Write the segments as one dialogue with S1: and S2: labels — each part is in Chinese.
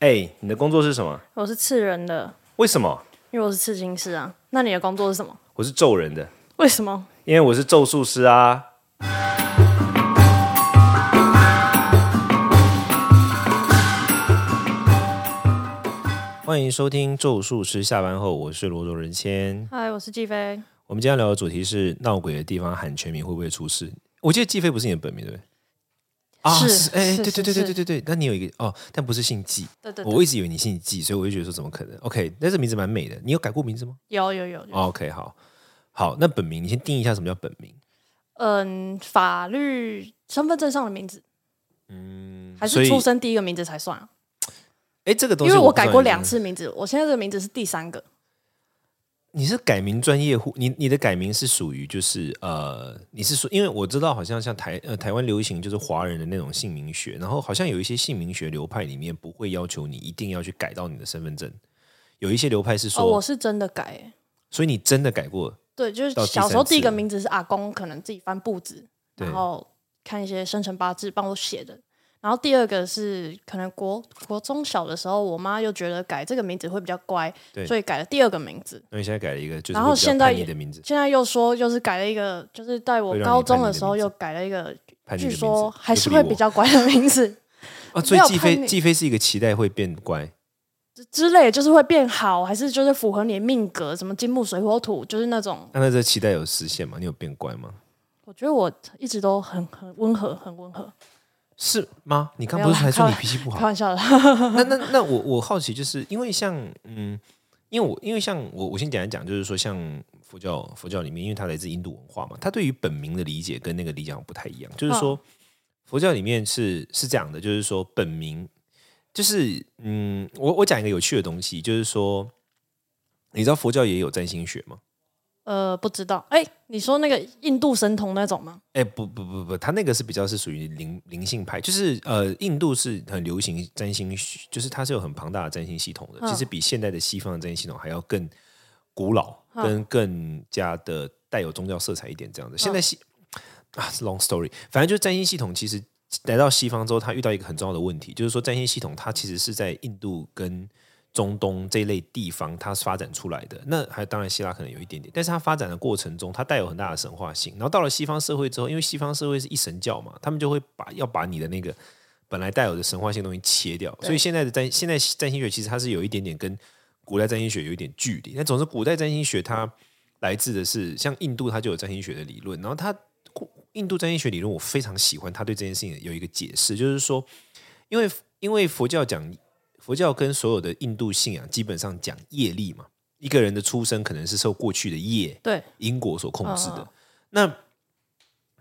S1: 哎、你的工作是什么？
S2: 我是刺人的，
S1: 为什么？
S2: 因为我是刺青师啊。那你的工作是什么？
S1: 我是咒人的，
S2: 为什么？
S1: 因为我是咒术师啊。欢迎收听《咒术师》，下班后我是罗卓仁谦。
S2: 嗨，我是季飞。
S1: 我们今天要聊的主题是闹鬼的地方喊全名会不会出事？我记得季飞不是你的本名对不对？
S2: 是
S1: 哎，
S2: 是
S1: 对对对
S2: 是
S1: 对
S2: 是
S1: 对对对，那你有一个哦，但不是姓季，
S2: 对对对，
S1: 我一直以为你姓季，所以我就觉得说怎么可能？OK，那这名字蛮美的，你有改过名字吗？
S2: 有有有有。
S1: OK，好好，那本名你先定义一下什么叫本名？
S2: 嗯，法律身份证上的名字，
S1: 嗯，
S2: 还
S1: 所
S2: 是
S1: 以
S2: 出生第一个名字才算啊？
S1: 哎，这个东
S2: 因
S1: 西
S2: 为我
S1: 不知道
S2: 改过
S1: 你
S2: 两
S1: 是，
S2: 次名字，我现在这个名字是第三个。
S1: 你是改名专业户，你你的改名是属于就是呃，你是说，因为我知道好像像台呃台湾流行就是华人的那种姓名学，然后好像有一些姓名学流派里面不会要求你一定要去改到你的身份证，有一些流派是说，
S2: 哦，我是真的改、欸。
S1: 所以你真的改过，
S2: 对，就是
S1: 到第
S2: 小时候
S1: 三次
S2: 第一个名字是阿公，可能自己翻簿子，
S1: 对
S2: 然后看一些生辰八字帮我写的。然后第二个是可能国国中小的时候，我妈又觉得改这个名字会比较乖
S1: 对，
S2: 所以改了第二个名字。
S1: 那你现在改了一个就是
S2: 然后
S1: 会比较
S2: 现在
S1: 叛逆
S2: 也
S1: 的名字，
S2: 现在又说，就是改了一个，就是在我
S1: 会让你
S2: 高
S1: 叛
S2: 中
S1: 逆
S2: 的
S1: 的
S2: 时候
S1: 名字
S2: 又改了一个，
S1: 叛逆的
S2: 据
S1: 名字
S2: 说还
S1: 就是不理
S2: 会
S1: 我
S2: 比较乖的名字
S1: 啊，所以
S2: 没有
S1: 季飞
S2: 叛逆
S1: 季飞是一个期待会变乖，
S2: 之类，就是会变好，还是就是符合你的命格，什么金木水火土，就是那种。
S1: 那那这期待有实现吗？你有变乖吗？
S2: 我觉得我一直都很很温和，很温和，
S1: 是吗？你刚
S2: 没
S1: 不
S2: 有
S1: 是
S2: 啦
S1: 还说
S2: 开
S1: 你
S2: 玩
S1: 脾气不
S2: 开
S1: 好？
S2: 玩笑的。
S1: 那那那我我好奇，就是因为像嗯，因为我因为像我我先简单讲，就是说像佛教佛教里面，因为它来自印度文化嘛，它对于本名的理解跟那个理解好像不太一样。就是说，
S2: 嗯
S1: 佛教里面是是这样的，就是说本名就是嗯，我我讲一个有趣的东西，就是说，你知道佛教也有占星学吗？
S2: 呃，不知道，哎、你说那个印度神童那种吗？
S1: 哎、不不不不，他那个是比较是属于灵灵性派，就是呃，印度是很流行占星学，就是它是有很庞大的占星系统的，
S2: 嗯
S1: 其实比现代的西方的占星系统还要更古老，
S2: 嗯
S1: 跟更加的带有宗教色彩一点这样子。
S2: 嗯
S1: 现在西、啊是，long story，反正就是占星系统其实来到西方之后，他遇到一个很重要的问题，就是说占星系统它其实是在印度跟中东这一类地方它发展出来的。那还当然希腊可能有一点点，但是它发展的过程中，它带有很大的神话性。然后到了西方社会之后，因为西方社会是一神教嘛，他们就会把要把你的那个本来带有的神话性的东西切掉，所以现在的占现在占星学其实它是有一点点跟古代占星学有一点距离。但总之，古代占星学它来自的是像印度，它就有占星学的理论，然后它印度占星学理论我非常喜欢，它对这件事情有一个解释，就是说，因为因为佛教讲佛教跟所有的印度信仰基本上讲业力嘛，一个人的出生可能是受过去的业
S2: 对，
S1: 因果所控制的。
S2: 嗯嗯
S1: 那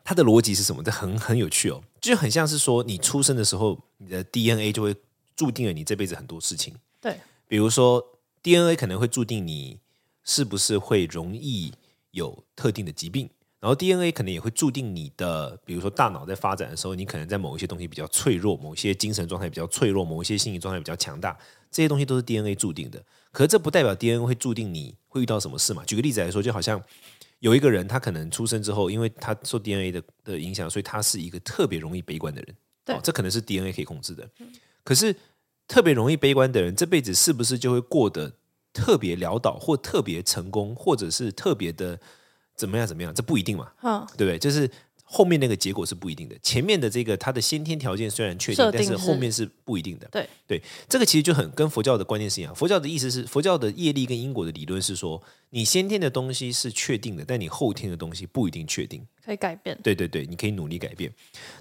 S1: 它的逻辑是什么？这很很有趣哦，就很像是说你出生的时候，你的 DNA 就会注定了你这辈子很多事情。
S2: 对，
S1: 比如说 DNA 可能会注定你是不是会容易有特定的疾病，然后 DNA 可能也会注定你的，比如说大脑在发展的时候，你可能在某一些东西比较脆弱，某一些精神状态比较脆弱，某一些心理状态比较强大，这些东西都是 DNA 注定的。可是这不代表 DNA 会注定你会遇到什么事嘛？举个例子来说，就好像有一个人，他可能出生之后，因为他受 DNA 的的影响，所以他是一个特别容易悲观的人。哦
S2: 对
S1: 这可能是 DNA 可以控制的。可是特别容易悲观的人，这辈子是不是就会过得特别潦倒，或特别成功，或者是特别的怎么样怎么样？这不一定嘛，
S2: 嗯，
S1: 对不对？就是后面那个结果是不一定的，前面的这个它的先天条件虽然确定
S2: 设，定
S1: 但是
S2: 是
S1: 后面是不一定的。
S2: 对
S1: 对，这个其实就很跟佛教的观念是一样。佛教的意思是，佛教的业力跟因果的理论是说，你先天的东西是确定的，但你后天的东西不一定确定。
S2: 可以改变。
S1: 对对对，你可以努力改变。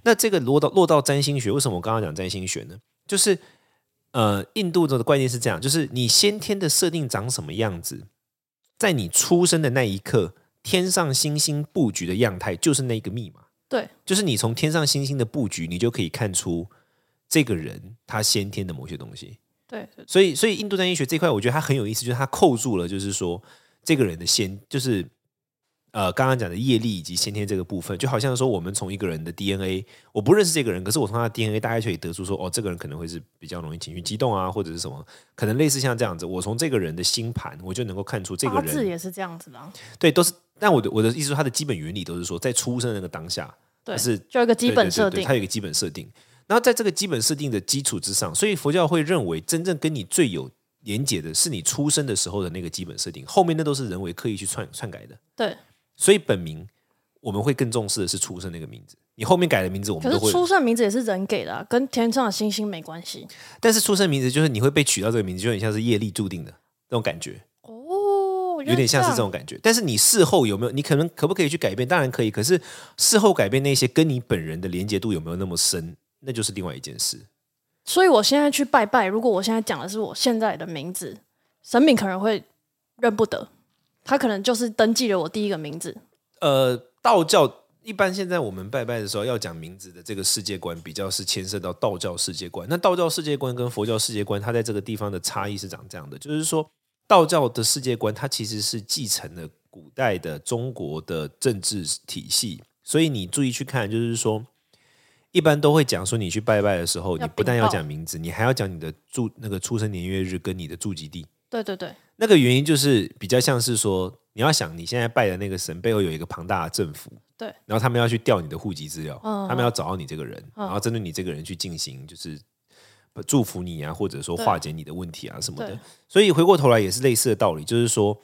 S1: 那这个落到落到占星学，为什么我刚刚讲占星学呢？就是呃，印度的观念是这样，就是你先天的设定长什么样子，在你出生的那一刻，天上星星布局的样态就是那个密码。
S2: 对，
S1: 就是你从天上星星的布局，你就可以看出这个人他先天的某些东西。
S2: 对，对
S1: 所以，所以印度占星学这块，我觉得它很有意思，就是它扣住了，就是说这个人的先，就是呃，刚刚讲的业力以及先天这个部分，就好像说我们从一个人的 DNA，我不认识这个人，可是我从他的 DNA 大概可以得出说，哦，这个人可能会是比较容易情绪激动啊，或者是什么，可能类似像这样子，我从这个人的星盘，我就能够看出这个
S2: 八字
S1: 人
S2: 也是这样子的、啊，
S1: 对都是。但我的我的意思说，它的基本原理都是说，在出生的那个当下，
S2: 对，
S1: 是
S2: 就有一个基
S1: 对对
S2: 本
S1: 对
S2: 设
S1: 对
S2: 定
S1: 它。有一个基本设定。然后在这个基本设定的基础之上，所以佛教会认为真正跟你最有连结的是你出生的时候的那个基本设定，后面那都是人为刻意去篡篡改的。
S2: 对，
S1: 所以本名我们会更重视的是出生那个名字，你后面改的名字我
S2: 可
S1: 们都
S2: 是
S1: 会，
S2: 出生名字也是人给的、啊，跟天上的星星没关系
S1: 但是出生名字就是你会被取到这个名字，就很像是业力注定的那种感觉。
S2: 哦，原来
S1: 有点像是这
S2: 样
S1: 种感觉。但是你事后有没有？你可能可不可以去改变？当然可以，可是事后改变那些跟你本人的连接度有没有那么深，那就是另外一件事。
S2: 所以我现在去拜拜，如果我现在讲的是我现在的名字，神明可能会认不得，他可能就是登记了我第一个名字。
S1: 呃，道教一般现在我们拜拜的时候要讲名字的这个世界观，比较是牵涉到道教世界观。那道教世界观跟佛教世界观，它在这个地方的差异是长这样的，就是说道教的世界观，它其实是继承了古代的中国的政治体系，所以你注意去看，就是说。一般都会讲说，你去拜拜的时候，
S2: 要
S1: 你不但要
S2: 禀报
S1: 讲名字，你还要讲你的住那个出生年月日跟你的住籍地。
S2: 对对对，
S1: 那个原因就是比较像是说，你要想你现在拜的那个神背后有一个庞大的政府，
S2: 对
S1: 然后他们要去调你的户籍资料，
S2: 嗯
S1: 他们要找到你这个人，然后针对你这个人去进行就是祝福你啊，或者说
S2: 对
S1: 化解你的问题啊什么的
S2: 对。
S1: 所以回过头来也是类似的道理，就是说。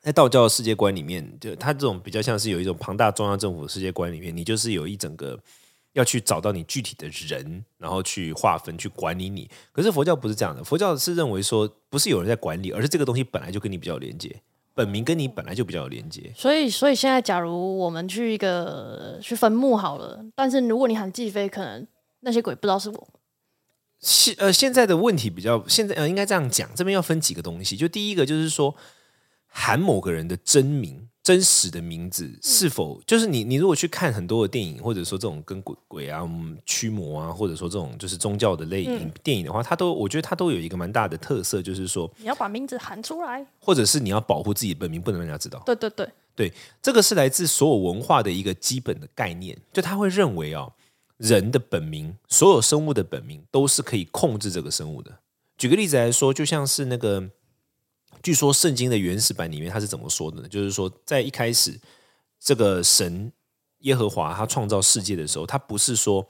S1: 在道教的世界观里面，就它这种比较像是有一种庞大中央政府的世界观里面，你就是有一整个要去找到你具体的人，然后去划分、去管理你。可是佛教不是这样的，佛教是认为说不是有人在管理，而是这个东西本来就跟你比较有连接，本名跟你本来就比较有连接。
S2: 所以所以现在假如我们去一个去坟墓好了，但是如果你喊季飞，可能那些鬼不知道是我。
S1: 现呃现在的问题比较现在呃应该这样讲，这边要分几个东西。就第一个就是说，喊某个人的真名、真实的名字是否就是你你如果去看很多的电影，或者说这种跟鬼鬼啊、嗯驱魔啊，或者说这种就是宗教的类影电影的话，它都我觉得它都有一个蛮大的特色，就是说，
S2: 你要把名字喊出来。
S1: 或者是你要保护自己的本名，不能让人家知道。
S2: 对对对，
S1: 这个是来自所有文化的一个基本的概念，就他会认为哦，人的本名，所有生物的本名都是可以控制这个生物的。举个例子来说，就像是那个，据说圣经的原始版里面他是怎么说的呢？就是说，在一开始，这个神耶和华他创造世界的时候，他不是说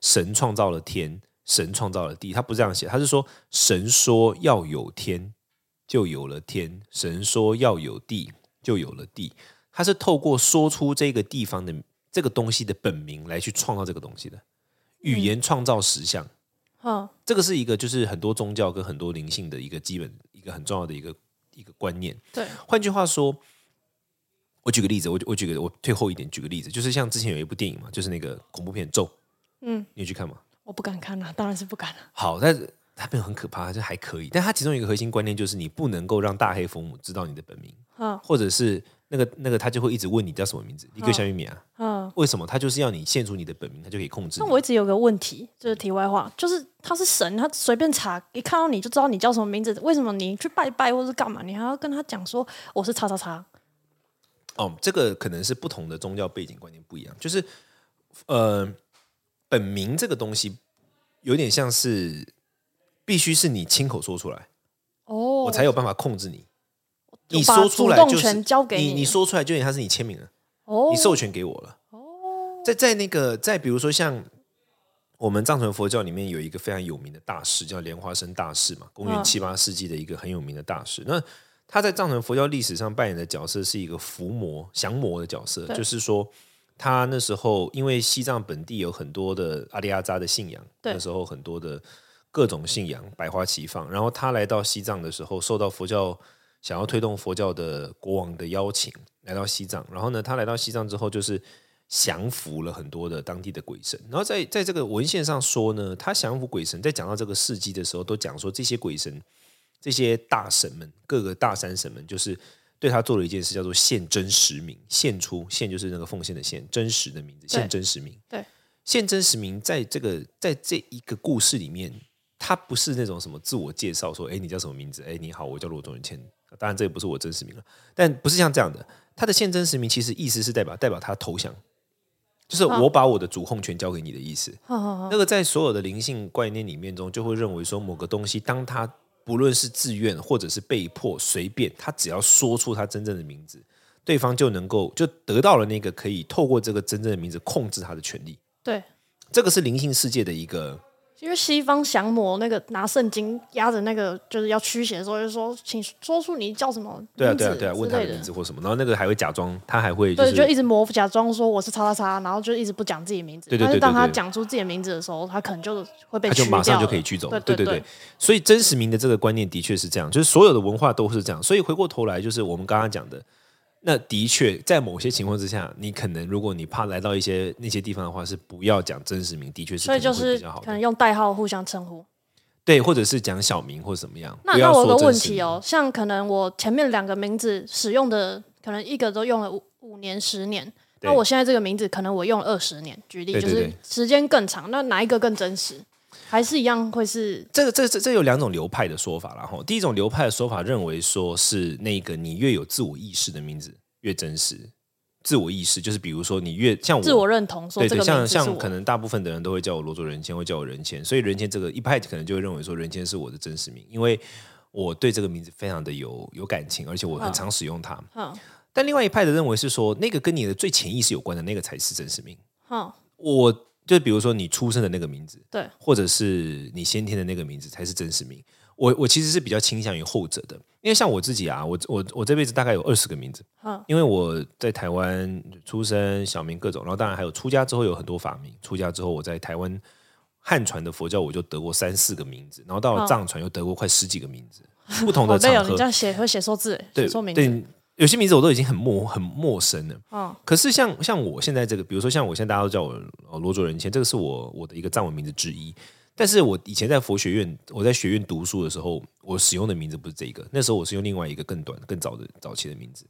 S1: 神创造了天，神创造了地，他不这样写，他是说神说要有天，就有了天；神说要有地，就有了地。他是透过说出这个地方的这个东西的本名来去创造这个东西的语言，创造实像。
S2: 嗯，
S1: 这个是一个就是很多宗教跟很多灵性的一个基本一个很重要的一个一个观念。
S2: 对，
S1: 换句话说，我举个例子，我我举个我退后一点，举个例子，就是像之前有一部电影嘛，就是那个恐怖片《咒》，
S2: 嗯，
S1: 你有去看吗？
S2: 我不敢看了、当然是不敢啊了、
S1: 好，但是它没有很可怕，就还可以。但它其中一个核心观念就是你不能够让大黑佛母知道你的本名，
S2: 嗯
S1: 或者是那个那个他就会一直问你叫什么名字，你给我小玉米啊。
S2: 嗯，
S1: 为什么他就是要你献出你的本名，他就可以控制
S2: 那
S1: 你？
S2: 我一直有个问题，就是题外话，就是他是神，他随便查，一看到你就知道你叫什么名字，为什么你去拜拜或是干嘛，你还要跟他讲说我是叉叉叉？
S1: 哦，这个可能是不同的宗教背景观念不一样，就是呃，本名这个东西有点像是必须是你亲口说出来，
S2: 哦，
S1: 我才有办法控制你。
S2: 就
S1: 你
S2: 把
S1: 说出来
S2: 主动
S1: 就是
S2: 权交给
S1: 你，
S2: 你
S1: 你说出来就有点像是你签名了。
S2: 哦
S1: 你，授权给我了。在在那个在比如说像我们藏传佛教里面有一个非常有名的大师叫莲花生大师嘛，公元
S2: 嗯
S1: 七八世纪的一个很有名的大师。那他在藏传佛教历史上扮演的角色是一个伏魔降魔的角色，
S2: 对
S1: 就是说他那时候因为西藏本地有很多的阿里阿扎的信仰，
S2: 对
S1: 那时候很多的各种信仰百花齐放。然后他来到西藏的时候，受到佛教想要推动佛教的国王的邀请，来到西藏。然后呢，他来到西藏之后，就是降服了很多的当地的鬼神。然后在在这个文献上说呢，他降服鬼神，在讲到这个事迹的时候，都讲说这些鬼神、这些大神们、各个大山神们，就是对他做了一件事，叫做献真实名，献出献就是那个奉献的献，真实的名字，献真实名。
S2: 对，
S1: 献真实名在这个在这一个故事里面。他不是那种什么自我介绍，说，哎，你叫什么名字？哎，你好，我叫罗宗元谦。当然，这也不是我真实名了，但不是像这样的。他的现真实名其实意思是代表代表他投降，就是
S2: 啊
S1: 我把我的主控权交给你的意思。
S2: 好好好
S1: 那个在所有的灵性观念里面中，就会认为说某个东西，当他不论是自愿或者是被迫，随便他只要说出他真正的名字，对方就能够就得到了那个可以透过这个真正的名字控制他的权利。
S2: 对，
S1: 这个是灵性世界的一个
S2: 因为西方降魔那个拿圣经压着那个就是要驱邪的时候，就说请说出你叫什么
S1: 对啊
S2: 名字
S1: 对啊对啊，
S2: 之
S1: 问他
S2: 类
S1: 的
S2: 的
S1: 名字或什么，然后那个还会假装，他还会就
S2: 对，
S1: 是
S2: 就一直模糊假装说我是叉叉叉，然后就一直不讲自己名字。
S1: 对对对对
S2: 但是当
S1: 对
S2: 他讲出自己的名字的时候，他可能就会被
S1: 他就
S2: 驱
S1: 马上
S2: 掉
S1: 就
S2: 了
S1: 可以驱走。
S2: 对
S1: 对
S2: 对
S1: 对，所以真实名的这个观念的确是这样，就是所有的文化都是这样。所以回过头来，就是我们刚刚讲的，那的确在某些情况之下，你可能如果你怕来到一些那些地方的话，是不要讲真实名，的确是
S2: 所以就
S1: 可能会
S2: 是
S1: 比较好的
S2: 可能用代号互相称呼。
S1: 对，或者是讲小名或者怎么样。
S2: 那
S1: 不
S2: 那
S1: 要
S2: 我有个
S1: 说
S2: 问
S1: 真实
S2: 题
S1: 名，
S2: 哦，像可能我前面两个名字使用的，可能一个都用了五五年、十年，那
S1: 对
S2: 我现在这个名字可能我用了二十年，举例
S1: 对
S2: 就
S1: 对
S2: 是
S1: 对
S2: 时间更长，那哪一个更真实？还是一样会是
S1: 这个这这这有两种流派的说法啦。哈。第一种流派的说法认为说是那个你越有自我意识的名字越真实。自我意识就是比如说你越像我
S2: 自我认同，说
S1: 对
S2: 这
S1: 对，
S2: 个名
S1: 像
S2: 字是
S1: 像可
S2: 我。
S1: 能大部分的人都会叫我罗卓人谦，会叫我人谦，所以人谦这个一派可能就会认为说人谦是我的真实名，因为我对这个名字非常的有有感情，而且我很常使用它。
S2: 嗯
S1: 但另外一派的认为是说，那个跟你的最潜意识有关的那个才是真实名。
S2: 嗯，
S1: 我就比如说你出生的那个名字，
S2: 对，
S1: 或者是你先天的那个名字才是真实名。我我其实是比较倾向于后者的，因为像我自己啊，我我我这辈子大概有二十个名字，
S2: 嗯
S1: 因为我在台湾出生、小名各种，然后当然还有出家之后有很多法名，出家之后我在台湾汉传的佛教我就得过三四个名字，然后到了
S2: 嗯
S1: 藏传又得过快十几个名字，不同
S2: 好
S1: 的
S2: 累
S1: 场
S2: 哦，你
S1: 合
S2: 这，样写会写错字，欸写
S1: 对
S2: 错名字，
S1: 对，有些名字我都已经很陌很陌生了。
S2: 嗯
S1: 可是像像我现在这个，比如说像我现在大家都叫我呃罗卓人谦，这个是我我的一个藏文名字之一。但是我以前在佛学院，我在学院读书的时候，我使用的名字不是这一个，那时候我是用另外一个更短、更早的早期的名字，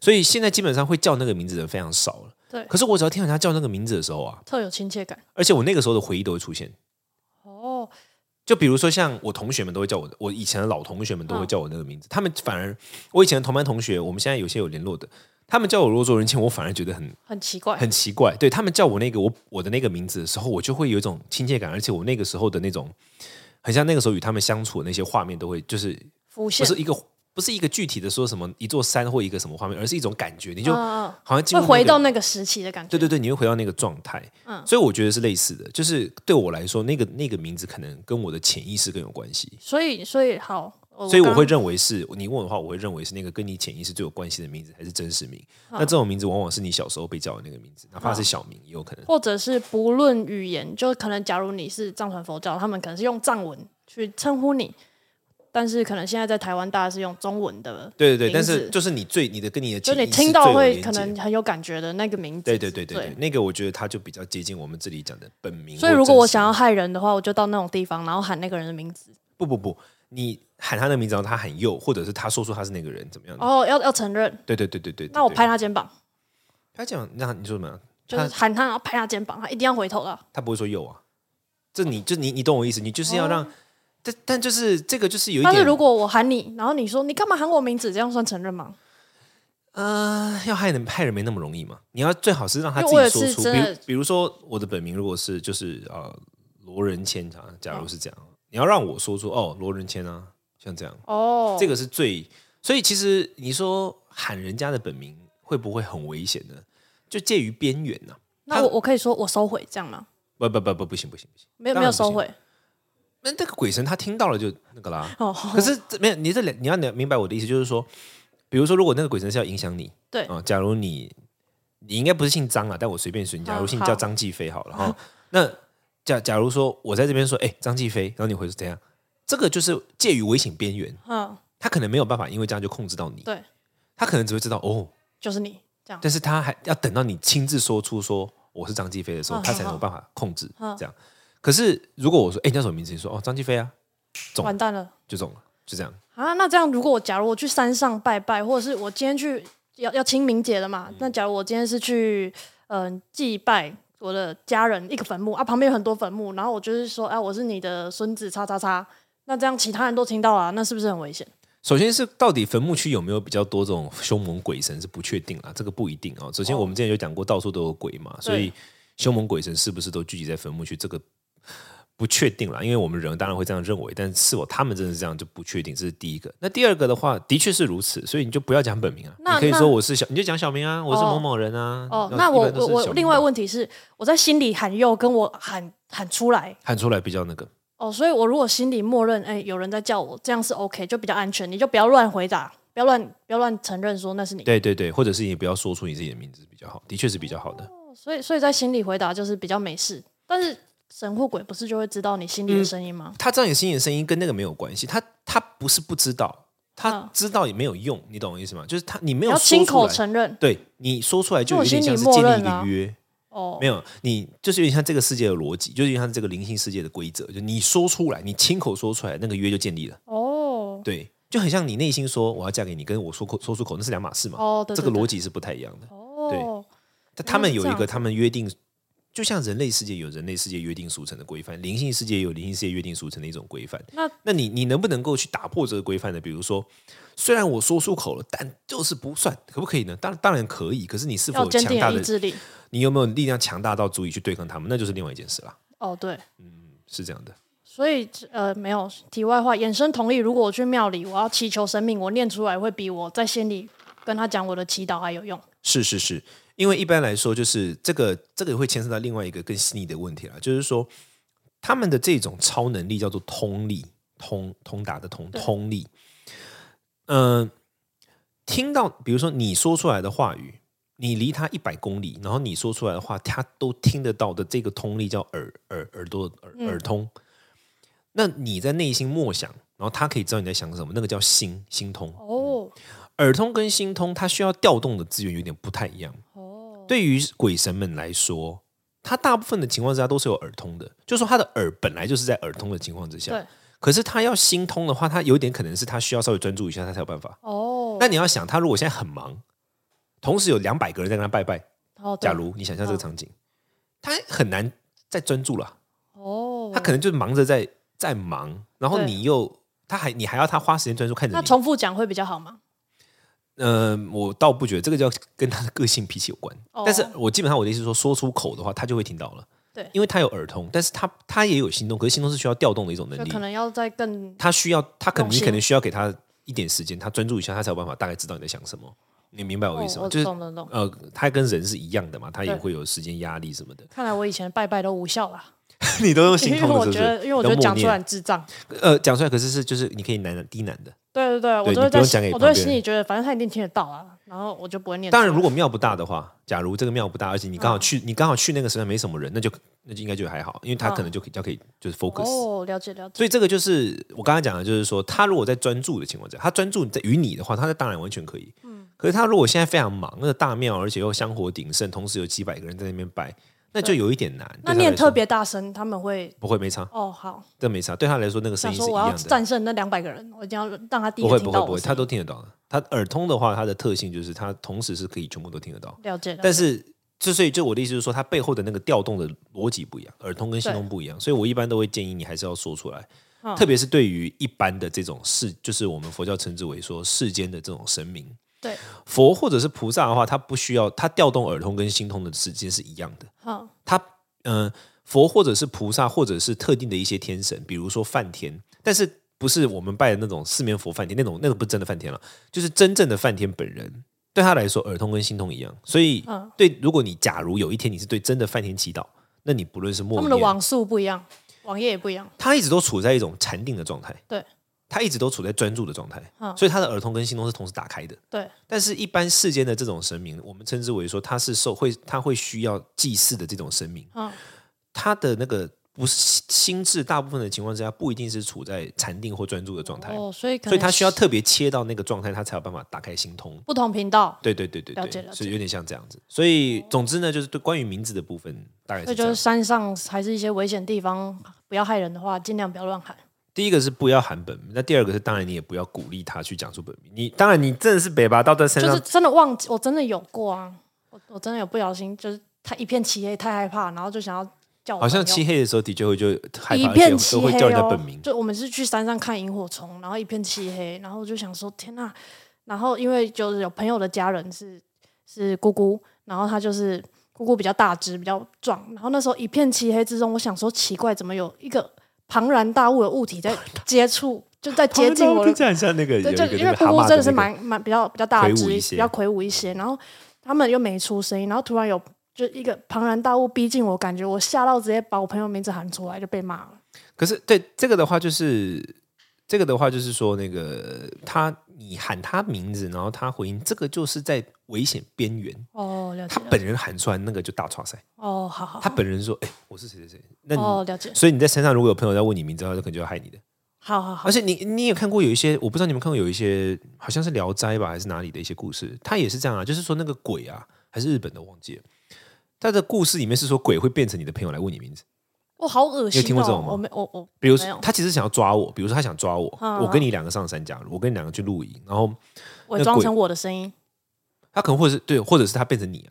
S1: 所以现在基本上会叫那个名字的人非常少了。
S2: 对
S1: 可是我只要听到人家叫那个名字的时候啊，
S2: 特有亲切感。
S1: 而且我那个时候的回忆都会出现。
S2: 哦，
S1: 就比如说，像我同学们都会叫我，我以前的老同学们都会
S2: 嗯
S1: 叫我那个名字。他们反而，我以前的同班同学，我们现在有些有联络的，他们叫我罗卓人谦，我反而觉得很
S2: 很奇怪，
S1: 很奇怪。对他们叫我那个我我的那个名字的时候，我就会有一种亲切感，而且我那个时候的那种，很像那个时候与他们相处的那些画面，都会就是
S2: 浮
S1: 不
S2: 现
S1: 是一个不是一个具体的说什么一座山或一个什么画面，而是一种感觉，你就
S2: 嗯嗯
S1: 好像进
S2: 会
S1: 入
S2: 回
S1: 那个
S2: 到那个时期的感觉。
S1: 对对对，你会回到那个状态。
S2: 嗯
S1: 所以我觉得是类似的，就是对我来说，那个那个名字可能跟我的潜意识更有关系。
S2: 所以所以好，
S1: 所以我
S2: 刚
S1: 会认为是你问我的话，我会认为是那个跟你潜意识最有关系的名字才是真实名。
S2: 嗯
S1: 那这种名字往往是你小时候被叫的那个名字，哪怕是小名也有可能。
S2: 或者是不论语言，就可能假如你是藏传佛教，他们可能是用藏文去称呼你，但是可能现在在台湾大家是用中文的，
S1: 对对对，
S2: 名
S1: 但是
S2: 字
S1: 就是你最你的跟你的
S2: 就
S1: 潜意
S2: 你
S1: 识最
S2: 听
S1: 有
S2: 到会
S1: 连
S2: 可
S1: 接
S2: 能很有感觉的那个名字。
S1: 对对对对对
S2: 对，
S1: 那个我觉得它就比较接近我们这里讲的本名或真
S2: 所
S1: 实名。
S2: 以如果我想要害人的话，我就到那种地方，然后喊那个人的名字。
S1: 不不不，你喊他的名字，然后他喊又，或者是他说出他是那个人怎么样的？
S2: 哦，要要承认。
S1: 对对对对对。对
S2: 那我
S1: 对
S2: 拍他肩膀，
S1: 他讲，那你说什么样？
S2: 就是喊他，然后拍他肩膀，他一定要回头的。
S1: 他不会说又啊，这你就你你懂我意思，你就是要让，但但就是这个就是有一
S2: 哦但
S1: 点，
S2: 是如果我喊你，然后你说你干嘛喊我名字，这样算承认吗？
S1: 呃，要害人害人没那么容易嘛，你要最好是让他
S2: 因
S1: 自
S2: 为我也
S1: 己说
S2: 是
S1: 出，
S2: 真
S1: 比
S2: 的
S1: 如比如说我的本名如果是就是呃罗仁谦啊，假如是这样，你要让我说出哦罗仁谦啊，像这样，
S2: 哦，
S1: 这个是最，所以其实你说喊人家的本名会不会很危险呢？就介于边缘呐、
S2: 那
S1: 他
S2: 我我可以说我收回这样吗？
S1: 不不不不不行不行不行，
S2: 没有
S1: 当
S2: 没有
S1: 然不
S2: 收
S1: 行
S2: 回
S1: 那那个鬼神他听到了就那个啦。
S2: 哦，
S1: 可是这没有，你这两你要了明白我的意思，就是说，比如说，如果那个鬼神是要影响你，
S2: 对
S1: 啊、假如你你应该不是姓张啊，但我随便说，你假如
S2: 嗯
S1: 姓
S2: 好
S1: 叫张继飞好了 哈、那假假如说我在这边说，哎、张继飞，然后你回说怎样？这个就是介于危险边缘，
S2: 嗯，
S1: 他可能没有办法，因为这样就控制到你，
S2: 对，
S1: 他可能只会知道哦，
S2: 就是你这样，
S1: 但是他还要等到你亲自说出说我是张继飞的时候，
S2: 嗯
S1: 他才
S2: 好
S1: 能有
S2: 好
S1: 办法控制
S2: 嗯
S1: 这样。可是如果我说，哎、你叫什么名字？你说哦，张继飞啊，懂
S2: 完蛋了
S1: 就中了，就这样。
S2: 啊！那这样，如果我假如我去山上拜拜，或者是我今天去要要清明节了
S1: 嗯
S2: 嘛，那假如我今天是去嗯、祭拜我的家人一个坟墓啊，旁边有很多坟墓，然后我就是说，哎、我是你的孙子，叉叉叉。那这样其他人都听到了、那是不是很危险？
S1: 首先是到底坟墓区有没有比较多这种凶猛鬼神是不确定啦，这个不一定哦。首先
S2: 哦
S1: 我们之前有讲过，到处都有鬼嘛，所以凶猛鬼神是不是都聚集在坟墓区，这个不确定啦，因为我们人当然会这样认为，但是否他们真的是这样就不确定，这是第一个。那第二个的话，的确是如此，所以你就不要讲本名啊，
S2: 那
S1: 你可以
S2: 那
S1: 说我是小，你就讲小明啊，我是
S2: 哦
S1: 某某人啊。
S2: 哦，
S1: 然
S2: 那
S1: 后
S2: 我
S1: 一般都
S2: 我
S1: 是
S2: 我
S1: 小明
S2: 另外
S1: 吧
S2: 问题是，我在心里喊又跟我喊喊出来
S1: 喊出来比较那个，
S2: 哦，所以我如果心里默认哎、有人在叫我，这样是 OK，就比较安全，你就不要乱回答，不要乱不要乱承认说那是你。
S1: 对对对，或者是你不要说出你自己的名字比较好，的确是比较好的。
S2: 所以所以在心里回答就是比较没事，但是神或鬼不是就会知道你心里
S1: 嗯
S2: 的声音吗？
S1: 他知道你心里的声音跟那个没有关系，他他不是不知道，他
S2: 嗯
S1: 知道也没有用，你懂我意思吗？就是他你没
S2: 你
S1: 有
S2: 要
S1: 说
S2: 亲
S1: 出
S2: 口
S1: 来，
S2: 承认
S1: 对你说出来就有
S2: 那我
S1: 点
S2: 心
S1: 像
S2: 里
S1: 是
S2: 默
S1: 建立
S2: 认
S1: 一个
S2: 啊
S1: 约。
S2: 哦
S1: 没，有，你就是有点像这个世界的逻辑，就是有点像这个灵性世界的规则，就你说出来，你亲口说出来，那个约就建立了。
S2: 哦
S1: 对，就很像你内心说我要嫁给你，跟我说口说出口，那是两码事嘛。
S2: 哦，对
S1: 这个逻
S2: 辑
S1: 辑是不太一样的。
S2: 哦，
S1: 但他们有
S2: 这
S1: 一
S2: 样
S1: 个他们约定，就像人类世界有人类世界约定俗成的规范，灵性世界有灵性世界约定俗成的一种规范。
S2: 那
S1: 那你你能不能够去打破这个规范呢？比如说，虽然我说出口了，但就是不算，可不可以呢？当当然可以，可是你是否
S2: 要
S1: 有
S2: 坚
S1: 强
S2: 定
S1: 大
S2: 的意
S1: 的，
S2: 志力
S1: 你有没有力量强大到足以去对抗他们？那就是另外一件事啦。
S2: 哦，对。
S1: 是这样的，
S2: 所以呃，没有题外话，衍生同意。如果我去庙里，我要祈求神明，我念出来会比我在心里跟他讲我的祈祷还有用。
S1: 是是是，因为一般来说，就是这个这个会牵涉到另外一个更细腻的问题啦，就是说他们的这种超能力叫做通力，通通达的通
S2: 对
S1: 通力。嗯、听到比如说你说出来的话语，你离他一百公里，然后你说出来的话，他都听得到的这个通力叫耳耳耳朵耳
S2: 嗯
S1: 耳通。那你在内心默想，然后他可以知道你在想什么，那个叫心心通。
S2: 哦
S1: 耳通跟心通，它需要调动的资源有点不太一样。
S2: 哦，
S1: 对于鬼神们来说，他大部分的情况之下都是有耳通的，就是说他的耳本来就是在耳通的情况之
S2: 对
S1: 下。可是他要心通的话，他有一点可能是他需要稍微专注一下，他才有办法。
S2: 哦，
S1: 那你要想，他如果现在很忙，同时有两百个人在跟他拜拜，
S2: 哦，对
S1: 假如你想象这个
S2: 嗯
S1: 场景，他很难再专注了，
S2: 哦，
S1: 他可能就忙着在在忙，然后
S2: 对
S1: 你又他还你还要他花时间专注看着
S2: 那
S1: 你。
S2: 重复讲会比较好吗？
S1: 嗯，我倒不觉得这个叫跟他的个性脾气有关，
S2: 哦
S1: 但是我基本上我的意思是说，说出口的话，他就会听到了。
S2: 对
S1: 因为他有耳通，但是他他也有心动，可是心动是需要调动的一种能
S2: 就
S1: 力
S2: 可，能要再更
S1: 他需要他可能
S2: 用
S1: 你
S2: 心
S1: 可能需要给他一点时间，他专注一下，他才有办法大概知道你在想什么。你明白我意思
S2: 哦
S1: 吗？
S2: 我
S1: 就是
S2: 懂懂懂。
S1: 呃，他跟人是一样的嘛，他也
S2: 对
S1: 会有时间压力什么的。
S2: 看来我以前拜拜都无效了，
S1: 你都用
S2: 因
S1: 心
S2: 为
S1: 痛
S2: 我
S1: 的，是不
S2: 觉得，
S1: 是？
S2: 因为我觉得
S1: 都默
S2: 讲出
S1: 念
S2: 来很智障。
S1: 呃，讲出来可是是就是你可以喃喃低喃的。
S2: 对对对，
S1: 对你
S2: 我都会
S1: 不
S2: 在
S1: 用讲给
S2: 心我都会
S1: 旁边
S2: 心里觉得，反正他一定听得到啊，然后我就不会念出来。
S1: 当然，如果庙不大的话，假如这个庙不大，而且你
S2: 嗯
S1: 刚好去，你刚好去那个时候没什么人，那就那就应该就还好，因为他
S2: 嗯
S1: 可能就可以就可以就是 focus。
S2: 哦，了解了解。
S1: 所以这个就是我刚才讲的，就是说他如果在专注的情况下，他专注在于你的话，他当然完全可以。
S2: 嗯
S1: 可是他如果现在非常忙，那个大庙而且又香火鼎盛，同时有几百个人在那边拜，那就有一点难。
S2: 那
S1: 对他
S2: 念
S1: 来说
S2: 特别大声，他们会
S1: 不会没差，
S2: 哦好。
S1: 这没差。对他来说，那个声
S2: 想
S1: 音是
S2: 说
S1: 一
S2: 我要
S1: 样的，
S2: 战胜那两百个人，我一定要让他第
S1: 不
S2: 一
S1: 会
S2: 个
S1: 不
S2: 听
S1: 会
S2: 到
S1: 不
S2: 我
S1: 会，
S2: 的
S1: 他
S2: 声音。
S1: 都听得到的。他耳通的话，他的特性就是他同时是可以全部都听得到。
S2: 了解了解。
S1: 但是，之所以就我的意思是说，它背后的那个调动的逻辑不一样，耳通跟心
S2: 对
S1: 通不一样，所以我一般都会建议你还是要说出来，
S2: 嗯
S1: 特别是对于一般的这种世，就是我们佛教称之为说世间的这种神明，
S2: 对，
S1: 佛或者是菩萨的话，他不需要他调动耳通跟心通的时间是一样的，
S2: 嗯
S1: 他嗯、呃佛或者是菩萨或者是特定的一些天神，比如说梵天，但是不是我们拜的那种四面佛梵天那种，那个不是真的梵天了，就是真正的梵天本人。对他来说，耳通跟心通一样，所以
S2: 嗯，
S1: 对，如果你假如有一天你是对真的梵天祈祷，那你不论是默
S2: 他们的
S1: 念，
S2: 网速不一样，网页也不一样。
S1: 他一直都处在一种禅定的状态，
S2: 对，
S1: 他一直都处在专注的状态，
S2: 嗯
S1: 所以他的耳通跟心通是同时打开的。
S2: 对，
S1: 但是，一般世间的这种神明，我们称之为说他是受会，他会需要祭祀的这种神明，
S2: 嗯，
S1: 他的那个不是心智，大部分的情况之下不一定是处在禅定或专注的状态，
S2: 哦，所以可
S1: 所以
S2: 能
S1: 他需要特别切到那个状态，他才有办法打开心通。
S2: 不同频道，
S1: 对对对对
S2: 了解
S1: 对，
S2: 了
S1: 所以
S2: 解
S1: 有点像这样子。所以总之呢，就是对关于名字的部分，大概
S2: 所
S1: 是
S2: 以
S1: 这
S2: 就
S1: 样
S2: 是。山上还是一些危险地方，不要害人的话，尽量不要乱喊。
S1: 第一个是不要喊本名，那第二个是当然你也不要鼓励他去讲出本名。你当然你真的是北吧，到在山
S2: 就
S1: 上，
S2: 是真的忘记，我真的有过啊，我我真的有不小心，就是他一片漆黑，太害怕，然后就想要叫
S1: 好
S2: 我朋友。
S1: 像漆黑的时候的确会就害怕，
S2: 一
S1: 而且
S2: 片漆
S1: 都
S2: 黑
S1: 会
S2: 哦，
S1: 叫人家本名。
S2: 就我们是去山上看萤火虫，然后一片漆黑，然后我就想说天呐、然后因为就是有朋友的家人是是姑姑，然后她就是姑姑比较大只，比较壮。然后那时候一片漆黑之中，我想说奇怪，怎么有一个庞然大物的物体在接触，就在接近我的
S1: 听起来像那个有
S2: 对，
S1: 一
S2: 就
S1: 个
S2: 因
S1: 那
S2: 为
S1: 个
S2: 姑
S1: 蛤
S2: 姑
S1: 蟆
S2: 真的是
S1: 那个
S2: 蛮蛮比较比较大
S1: 魁梧
S2: 只，
S1: 一些
S2: 比较魁梧一些，然后他们又没出声音，然后突然有就一个庞然大物逼近我，感觉我吓到直接把我朋友名字喊出来就被骂了。
S1: 可是对这个的话，就是这个的话，就是说那个他，你喊他名字，然后他回应，这个就是在危险边缘。
S2: 哦，了解
S1: 他
S2: 了解。
S1: 本人喊出来，那个就大错赛。
S2: 哦，好好
S1: 他
S2: 好。
S1: 本人说：“哎、我是谁谁谁。”那你、
S2: 哦，了解。
S1: 所以你在山上如果有朋友在问你名字的话，他可能就要害你的。
S2: 好好好
S1: 而。且你你也看过有一些，我不知道你们看过有一些，好像是《聊斋》吧，还是哪里的一些故事，他也是这样啊，就是说那个鬼啊，还是日本的，忘记了。他的故事里面是说鬼会变成你的朋友来问你名字。
S2: 我好恶心哦。
S1: 你有听过这种吗
S2: 我没，我我
S1: 比如
S2: 没有
S1: 说，他其实想要抓我，比如说他想抓我，
S2: 啊
S1: 我跟你两个上山假如我跟你两个去露营，然后
S2: 伪装
S1: 鬼
S2: 成我的声音。
S1: 他可能或者是对，或者是他变成你啊，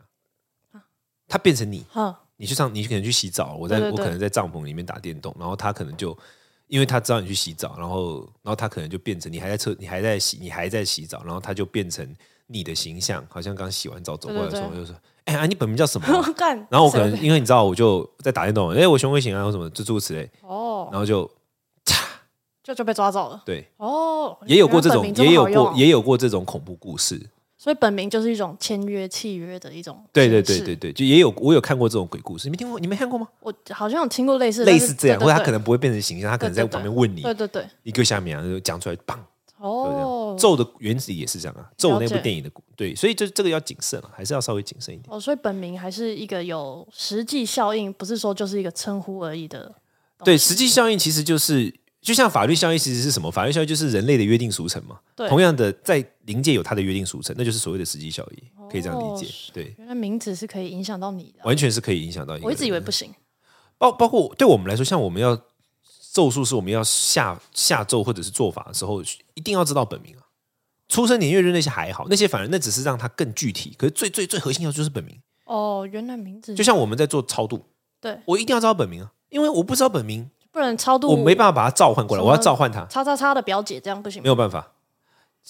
S1: 他变成你，
S2: 哼，
S1: 你去上，你可能去洗澡，我在
S2: 对对对
S1: 我可能在帐篷里面打电动，然后他可能就因为他知道你去洗澡，然后然后他可能就变成你还在厕，你还在洗，你还在洗澡，然后他就变成你的形象，好像刚洗完澡走过来的时候
S2: 对
S1: 就说：“哎、啊你本名叫什么 啊、
S2: 干。
S1: 然后我可
S2: 谁
S1: 能因为你知道，我就在打电动，哎、我熊会醒啊，或什么诸如此类，
S2: 哦，
S1: 然后就
S2: 就就被抓走了。
S1: 对，
S2: 哦，
S1: 也有过
S2: 原
S1: 这
S2: 来本
S1: 种，也
S2: 名么
S1: 有
S2: 好用哦
S1: 过，也有过这种恐怖故事。
S2: 所以本名就是一种签约契约的一种。
S1: 对对对对。对，就也有我有看过这种鬼故事，你没听过？你没看过吗？
S2: 我好像有听过类似
S1: 类
S2: 但是
S1: 似这样，或
S2: 对
S1: 者
S2: 对
S1: 他
S2: 对
S1: 可能不会变成形象，他可能在
S2: 对对对
S1: 旁边问你
S2: 对对对。
S1: 一个下面啊，然后讲出来，砰，就这
S2: 哦
S1: 样。。咒的原理也是这样啊，咒
S2: 了
S1: 那
S2: 解
S1: 部电影的对，所以就这个要谨慎啊，还是要稍微谨慎一点。
S2: 哦，所以本名还是一个有实际效应，不是说就是一个称呼而已的。
S1: 对，实际效应其实就是。就像法律效应其实是什么？法律效应就是人类的约定俗成嘛。
S2: 对
S1: 同样的，在灵界有它的约定俗成，那就是所谓的实际效应，可以这样理解。
S2: 哦是
S1: 对，
S2: 原来名字是可以影响到你的啊，
S1: 完全是可以影响到一个人的。
S2: 我一直以为不行。
S1: 哦包包括对我们来说，像我们要咒术是我们要下下咒或者是做法的时候，一定要知道本名啊。出生年月日那些还好，那些反而那只是让它更具体。可是最最最核心要就是本名，
S2: 哦，原来名字
S1: 就像我们在做超度，
S2: 嗯对，
S1: 我一定要知道本名啊，因为我不知道本名，
S2: 不能超度
S1: 我没办法把它召唤过来，
S2: 什么
S1: 我要召唤它，
S2: 叉叉叉的表姐这样不行
S1: 没
S2: 吗。
S1: 有办法。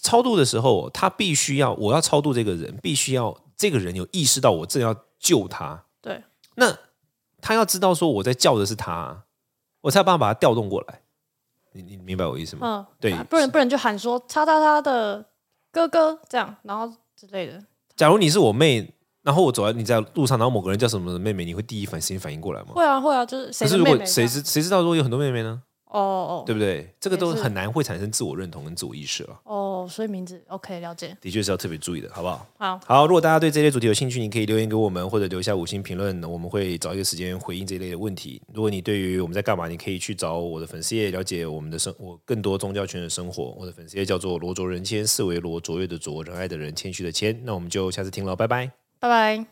S1: 超度的时候，他必须要我要超度这个人，必须要这个人有意识到我正要救他，
S2: 对，
S1: 那他要知道说我在叫的是他啊，我才有办法把他调动过来。你你明白我意思吗？
S2: 嗯，
S1: 对
S2: 啊不然不然就喊说叉叉叉的哥哥这样，然后之类的。
S1: 假如你是我妹，然后我走在你在路上，然后某个人叫什么妹妹，你会第一反时间反应过来吗？
S2: 会啊会啊，就是
S1: 可
S2: 谁
S1: 是
S2: 的
S1: 如
S2: 妹
S1: 果
S2: 妹这
S1: 谁
S2: 样？
S1: 知谁知道如果有很多妹妹呢，
S2: 哦哦
S1: 对不对？这个都
S2: 也是
S1: 很难会产生自我认同跟自我意识了，
S2: 哦，所以名字 OK 了解。
S1: 的确是要特别注意的，好不好？
S2: 好，
S1: 好，如果大家对这类主题有兴趣，你可以留言给我们，或者留下五星评论，我们会找一个时间回应这一类的问题。如果你对于我们在干嘛，你可以去找我的粉丝页了解我们的生，我更多宗教圈的生活。我的粉丝页叫做罗卓人谦，四维罗卓越的卓，仁爱的人，谦虚的谦。那我们就下次听了，拜拜。
S2: 拜拜。